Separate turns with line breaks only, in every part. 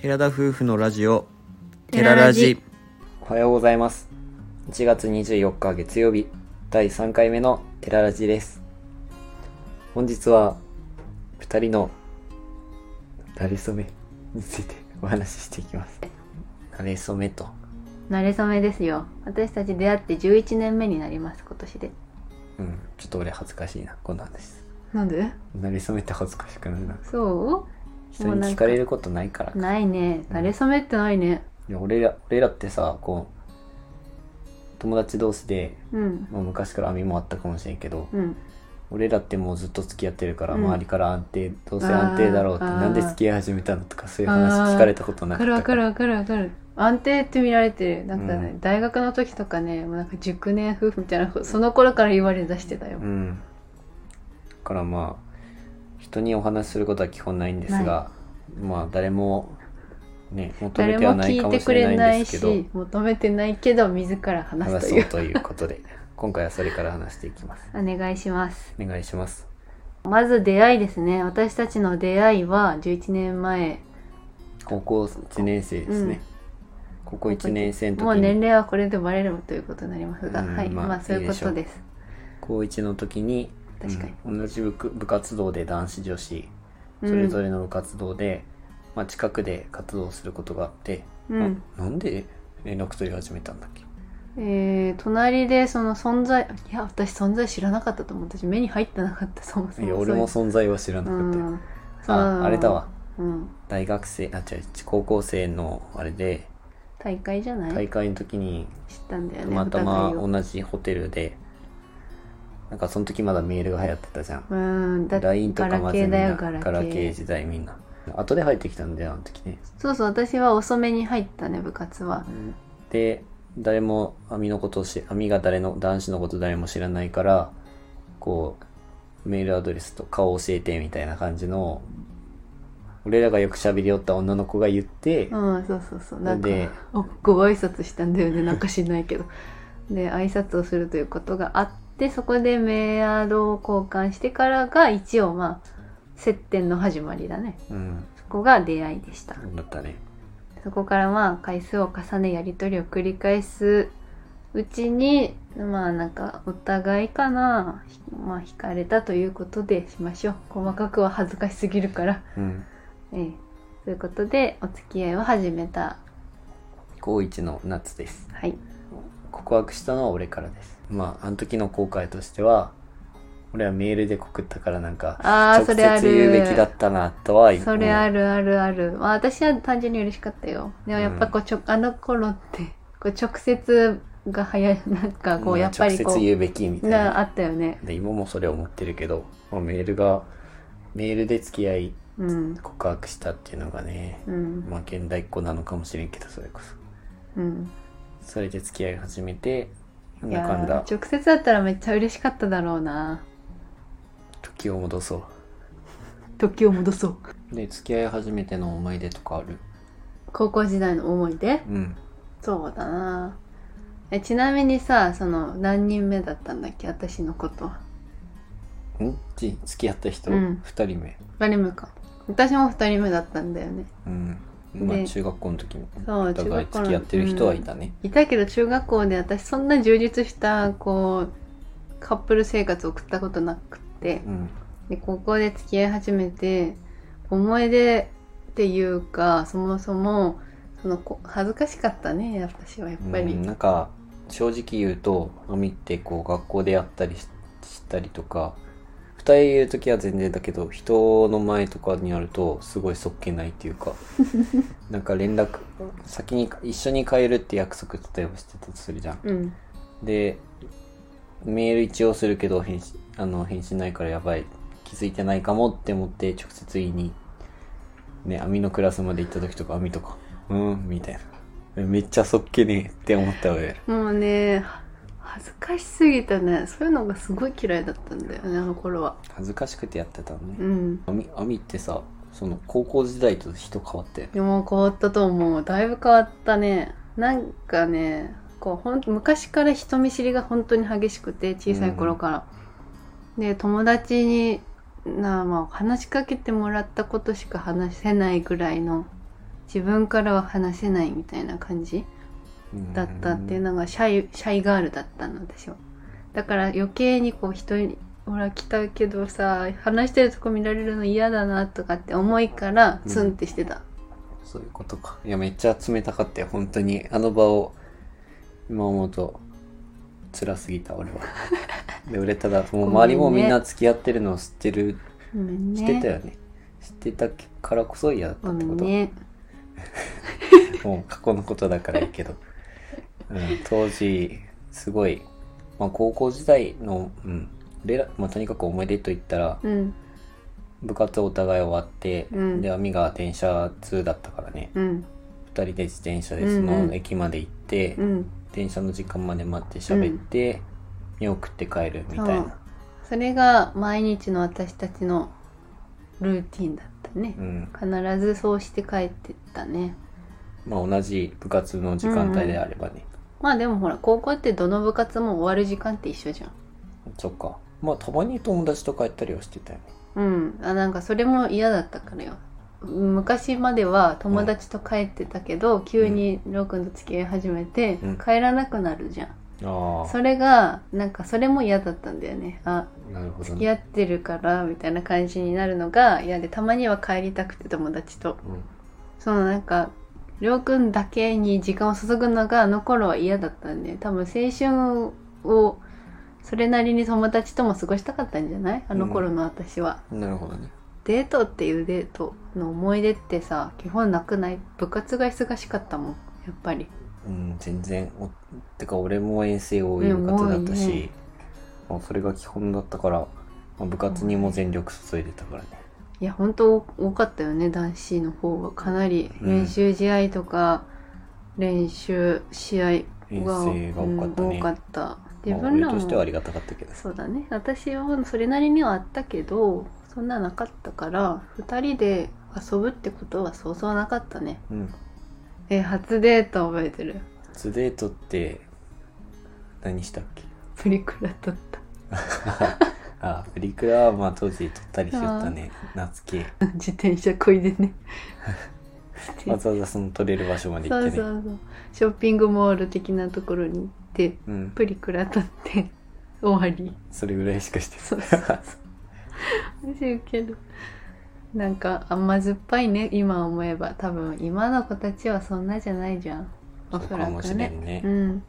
寺田夫婦のラジオ
テララジ
おはようございます。1月24日月曜日、第3回目のテララジです。本日は、2人の、慣れ初めについて お話ししていきます。慣れ初めと。
慣れ初めですよ私たち出会って11年目になります今年で
うん、ちょっと俺恥ずかしいな、こんな話。
なんで
慣れ初めって恥ずかしくないな。
そ
人に聞かれることないから
う
か。
ないね慣れ初めってないね
いや俺ら、俺らってさ、こう、友達同士で、
うん
まあ、昔から網もあったかもしれんけど、
うん
俺らってもうずっと付き合ってるから、
うん
周りから安定どうせ安定だろうって
あー
なんで付き合い始めたのとかそういう話聞かれたことな
わ
か
か
っ
る
た
わかるわかるわかる安定って見られてるなんかね、
うん
大学の時とかねもうなんか熟年夫婦みたいなその頃から言われ出してたよ、
うんだからまあ人にお話しすることは基本ないんですがまあ誰もね求め
誰
ては
も
ないか
聞い
も
て
し
く
れな
れ
いん
ない
ですけど
し求めてないけど自ら話
話
す
そ
というう
ということで今回はそれから話していきます
お願いします
お願いします
まず出会いですね私たちの出会いは11年前
高校1年生ですね、高校1年生の時に
もう年齢はこれでバレるということになりますが、
うん
はい、
ま
ま
あ
あ、そういうこと
いい
で。
です高1の時に
確かに
うん同じ部部活動で男子女子それぞれの部活動で、まあ、近くで活動することがあって、
うん
あなんで連絡取り始めたんだっけ
えー、隣でその存在、いや、私存在知らなかったと思う。私目に入ってなかった、そもそも。
いや俺も存在は知らな
う
かったよ、
ん。
ああれだわ
うん。
大学生あ違う高校生のあれで
大会じゃない
大会の時に
知ったんだよ
た
ね。
またま
お互いを
同じホテルでなんかその時まだメールが流行ってたじゃん
うん、だって
LINE と
ガ
か
ラ
まずみ
ケー
ん
だ
な
よ、
ガ
ガラケー。
ラケー時代みんな後で入ってきたんだよあの時ね
そうそう、私は遅めに入ったね、部活は。
で誰も網のことをし網が誰の男子のこと誰も知らないからこうメールアドレスと顔を教えてみたいな感じの俺らがよく喋り寄った女の子が言って、
うん、そうそうそう。なんか、
で
おご挨拶したんだよねなんか知んないけど で挨拶をするということがあってそこでメアドを交換してからが一応まあ接点の始まりだね
うん
そこが出会いでした
だったね
そこからまあ回数を重ねやり取りを繰り返すうちにまあなんかお互いかなひまあ惹かれたということでしましょう細かくは恥ずかしすぎるから
うん
ええということでお付き合いを始めた
高一の夏です
はい
告白したのは俺からですまああの時の後悔としては俺はメールで告ったからなんか
ああ
直
そ
接
れある
言うべきだったなとは
それあ
る
るあるある、まあ、私は単純に嬉しかったよでもやっぱこうちょ、あの頃ってこう直接が早いなんかこうやっぱりこ
直接
う
言うべきみたいな
なあったよね
で今もそれを思ってるけど、まあ、メールがメールで付き合い
うん
告白したっていうのがね
うん
まあ現代っ子なのかもしれんけどそれこ
うん
そそれで付き合い始めてなん
い
だ
や
かんだ
ー直接だったらめっちゃ嬉しかっただろうな
時を戻そ
時を戻そう
うで付き合い始めての思い出とかある
高校時代の思い出
うん
そうだなえちなみにさその何人目だったんだっけ私のことは
んち付き合った人、
う
二
ん
2人目
誰目か私も2人目だったんだよね
うんまあ
で
中学校の時も
そう
お互い
中学校の
付き合ってる人はいたね、
いたけど中学校で私そんな充実したこうカップル生活を送ったことなくって
うん
で高校で付き合い始めて思い出っていうかそもそもそのこ恥ずかしかったね私はやっぱり、
うん、なんか正直言うと海ってこう学校でやったりししたりとか二人いる時は全然だけど人の前とかになるとすごいそっけないっていう かなんか連絡先に一緒に帰るって約束例えばしてたとするじゃん
うん
でメール一応するけど返信あの返信ないからやばい気づいてないかもって思って直接言いにね網のクラスまで行った時とか網とかうんみたいなめっちゃそっけねえって思った俺
もうねは恥ずかしすぎたねそういうのがすごい嫌いだったんだよねあの頃は
恥ずかしくてやってたの
う
ね
ん
網網ってさその高校時代と人変わったよね
でも変わったと思うだいぶ変わったねなんかねこうほん昔から人見知りが本当に激しくて小さい頃から、で友達になあまあ話しかけてもらったことしか話せないぐらいの自分からは話せないみたいな感じだったっていうのがシャイシャイガールだったの私はだから余計にこう人に「ほら来たけどさ話してるとこ見られるの嫌だな」とかって思いから
うん
ツンってしてた、
そういうことか。いや、めっちゃ冷たかったよ。本当に。あの場を、今思うと、辛すぎた、俺は。で、俺ただ、もう
ごめんね
周りもみんな付き合ってるのを知ってる、
ごめん
知
ね
ってたよね。知ってたからこそ嫌だった
ご
っ
め
てこ
ん
と。
ね
もう過去のことだからいいけど。うん、当時、すごい、まあ高校時代の、うん、俺ら、まあとにかく思い出と言ったら、
うん
部活お互い終わって、
うん
で、網が電車通だったからね。
うん
二人で自転車でその駅まで行って、
うん
電車の時間まで待って喋って、見送って帰るみたい
そう
な。
それが毎日の私たちのルーティンだったね
う、ん。
必ずそうして帰ってったね
まあ同じ部活の時間帯であればね。
まあでもほら高校ってどの部活も終わる時間って一緒じゃん
そっか。まあたまに友達と帰ったりはしてたよね。
うんあなんかそれも嫌だったからよ昔までは友達と帰ってたけど、急にりょうくんと付き合い始めて、
うん
帰らなくなるじゃん、
あ
それがなんかそれも嫌だったんだよねあ
あ、なるほど
付
ね
き。合ってるからみたいな感じになるのが嫌でたまには帰りたくて友達と
うん
そのなんかりょうくんだけに時間を注ぐのがあの頃は嫌だったんで多分青春をそれなりに友達とも過ごしたかったんじゃないあの頃の私は、
なるほどね。
デートっていうデートの思い出ってさ基本なくない部活が忙しかったもんやっぱり
うん、全然。おてか、俺も遠征多い部活だったし、
うん多いね
まあ、それが基本だったから、まあ、部活にも全力注いでたからね。
いや本当多かったよね男子の方がかなり
うん
練習試合とか、練習試合
遠
が
征が多かった
うん
ね。
多かった
ま
自
あ
分ら
俺と
も
してはありがたかったけど。
そうだね私はそれなりにはあったけどそんななかったから2人で遊ぶってことはそうそうなかったね
うん。
え初デート覚えてる
初デートって、何したっけ
プリクラ撮った
あ、プリクラはまあ当時撮ったりしよったね。夏系。
自転車こいで ね
わざわざその撮れる場所まで行
そ
っ
う
てね。
そうそうショッピングモール的なところに行って
うん。
プリクラ撮って終わり
それぐらいしかして
そうそうそう面白いけどなんか甘酸っぱいね今思えば多分今の子たちはそんなじゃないじゃんお そ
そう
ら
かも
く
しれ
ね
んね
う。ん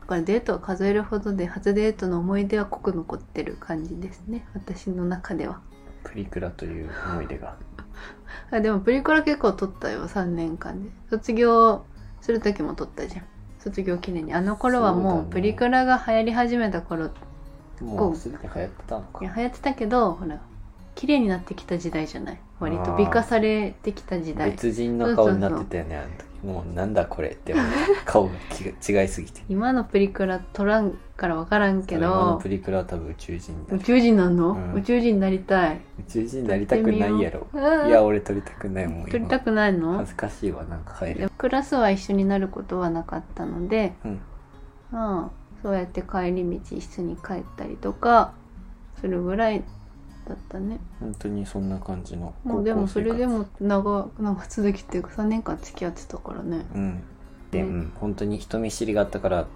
だからデートを数えるほどで初デートの思い出は濃く残ってる感じですね私の中では
プリクラという思い出が。
あでもプリクラ結構撮ったよ3年間で卒業する時も撮ったじゃん卒業記念にあの頃は
そう
も
だ
う
ね
プリクラが流行り始めた頃
もうすでに流行ってたのか
いや。流行ってたけどほら綺麗になってきた時代じゃない割と美化されてきた時代
別人の顔になってたよねあの時もうなんだこれって思った顔がき違いすぎて
今のプリクラ撮らんから分からんけ
今の
ど
プリクラは多分宇宙人だ
宇
宇
宙人なんの、
うん
宇宙人になりたい
宙人になりたくないやろ
撮ってみよううん
いや俺撮りたくないもん
撮りた
今
くないの
恥ずかしいわなんか入
で
る
もクラスは一緒になることはなかったので、
うん
まあ、そうやって帰り道一緒に帰ったりとかするぐらいだったね
本当にそんな感じの高校生
もうでもそれで
活
も長長続きっていうか3年間付き合ってたからね
うんで、うん、本当に人見知りがあったから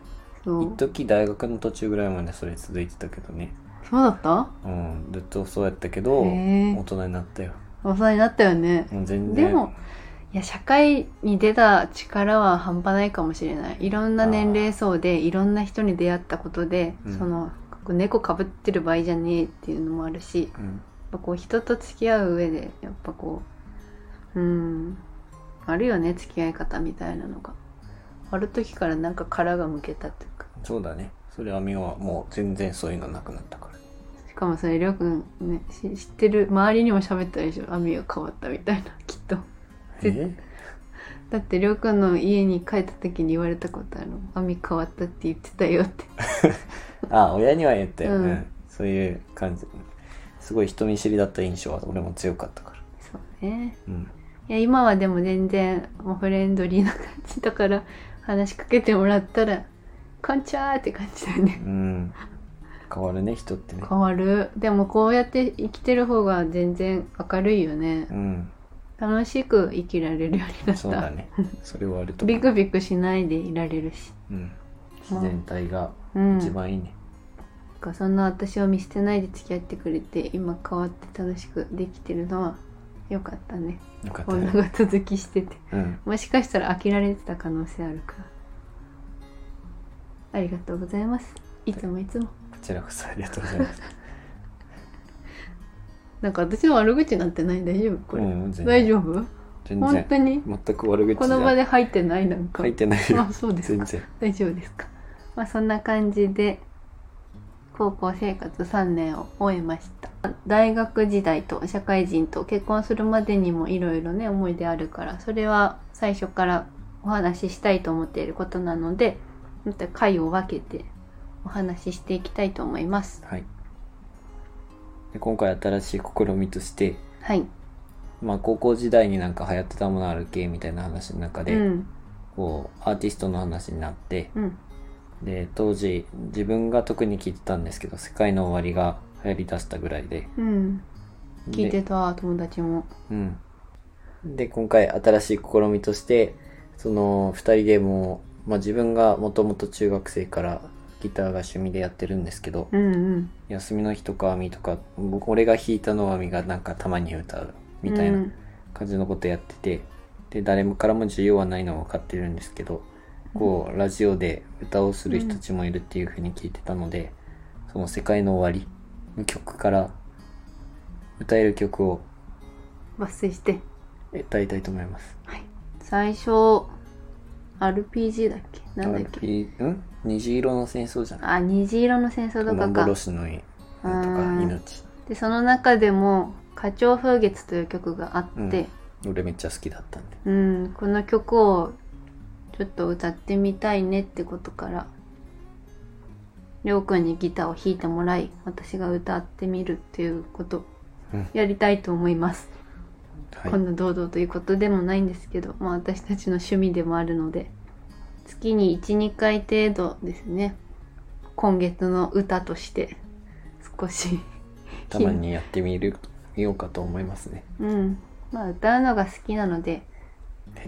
そう
一時大学の途中ぐらいまでそれ続いてたけどね
そうだった
うんずっとそうやったけど
へえ
大人になったよ
大人になったよね
もう全
で
然
もいや社会に出た力は半端ないかもしれないいろんな年齢層でいろんな人に出会ったことで、
うん
その猫かぶってる場合じゃねえっていうのもあるしやっ
うん
ぱこう人と付き合う上でやっぱこううんあるよね付き合い方みたいなのがある時からなんか殻がむけたっていうか
そうだねそれは美はもう全然そういうのなくなったから
しかもそれりょうくんねし知ってる周りにも喋ったでしょ網が変わったみたいなきっと絶
え
だってりょうくんの家に帰った時に言われたことある「網変わった」って言ってたよって
あ親には言ったよ、う
うんん
そういう感じすごい人見知りだった印象は俺も強かったから
そうね
うん
いや今はでも全然もうフレンドリーな感じだから話しかけてもらったら「こんちゃー」って感じだよ ね
うん変わるね人ってね
変わるでもこうやって生きてる方が全然明るいよね
うん
楽しく生きられるようになった
そうだねそれはあると思
ビ
う
クビクしないでいられるし
うん、自然体が
うん
一番いいね、
かそんな私を見捨てないで付き合ってくれて今変わって楽しくできてるのは良かったね
よかった
女
ね、
が続きしてて
うん、
もしかしたら飽きられてた可能性あるからありがとうございますいつもいつも
こちらこそありがとうございます
なんか私の悪口なんてない大丈夫 これ、
うん、全然
大丈夫
全
本
然
当に
全く悪口じゃ
この場で入ってないなんか
書いてないよ
あそうです
全
か
然
大丈夫ですかまあそんな感じで高校生活3年を終えました大学時代と社会人と結婚するまでにもいろいろね思い出あるからそれは最初からお話ししたいと思っていることなのでまた回を分けてお話ししていきたいと思います
はいで今回新しい試みとして
はい
まあ高校時代になんか流行ってたものあるけみたいな話の中で、
うん
こうアーティストの話になって
うん
で当時自分が特に聞いてたんですけど「世界の終わり」が流行りだしたぐらいで
うん聞いて
で,、
た友達も
うん、で今回新しい試みとしてその2人でも、まあ、自分がもともと中学生からギターが趣味でやってるんですけど、
うんうん
休みの日とか網とか僕俺が弾いたのは網がなんかたまに歌うみたいうなん感じのことやってて、で誰もからも需要はないのは分かってるんですけどこうラジオで歌をする人たちもいるっていうふうに聞いてたので、その「世界の終わり」の曲から歌える曲を
抜粋して
歌いたいと思います。
最初 RPG だっけなんだっけ
RP ん虹色の戦争じゃない
あ虹色の戦争とかか
幻の家と
あ
か
ー
命
でその中でも「花鳥風月」という曲があって、
俺めっちゃ好きだったんで
うんこの曲をちょっと歌ってみたいねってことからりょうくんにギターを弾いてもらい私が歌ってみるっていうこと
うん
やりたいと思います、
はい
こんな堂々ということでもないんですけど、まあ、私たちの趣味でもあるので月に12回程度ですね今月の歌として少し
たまにやってみる見ようかと思いますね
うんまあ歌うのが好きなので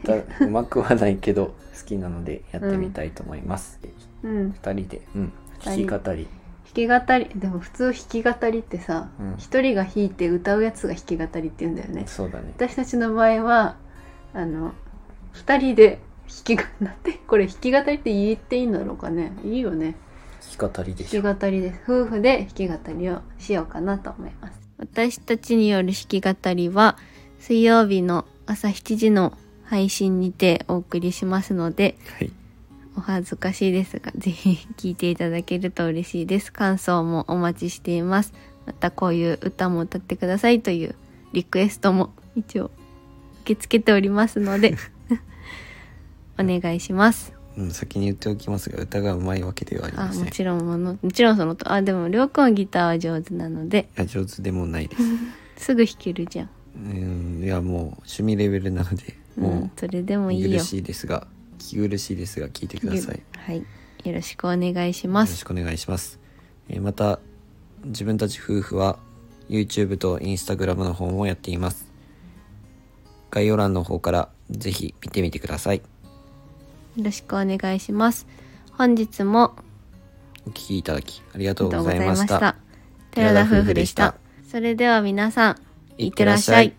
下 手うまくはないけど好きなのでやってみたいと思います、
うん
二人で、うん、弾き
二人
語り
弾き語りでも普通弾き語りってさ
うん
一、人が弾いて歌うやつが弾き語りって言うんだよね
そうだね
私たちの場合はあの二人で弾き語りなんてこれ弾き語りって言っていいんだろうかねいいよね
弾き語りでし
弾き
ょ
語りです夫婦で弾き語りをしようかなと思います私たちによる弾き語りは水曜日の朝7時の配信にてお送りしますので
はい
お恥ずかしいですがぜひ聞いていただけると嬉しいです感想もお待ちしていますまたこういう歌も歌ってくださいというリクエストも一応受け付けておりますのでお願いします
うん、先に言っておきますが歌がうまいわけではあり
あ
ません
も
い
ちろんものもちろんそのとあでもりょうくんはギターは上手なので
や上手でも ないです
すぐ弾けるじゃん、
うんいやもう趣味レベルなので
うん
も
それでも
う
いい
見
よ
苦しいですが聞き苦しいですが聞いてくださいよ
はいよろしくお願いしま
ろ
す
しくお願いします、えーまた自分たち夫婦は YouTube と Instagram の方もやっています概要欄の方からぜひ見てみてください
よろしくお願いします本日も
お聞きいただきありが
あ
とうございました。
寺田夫婦でしたそれでは皆さんいってらっしゃい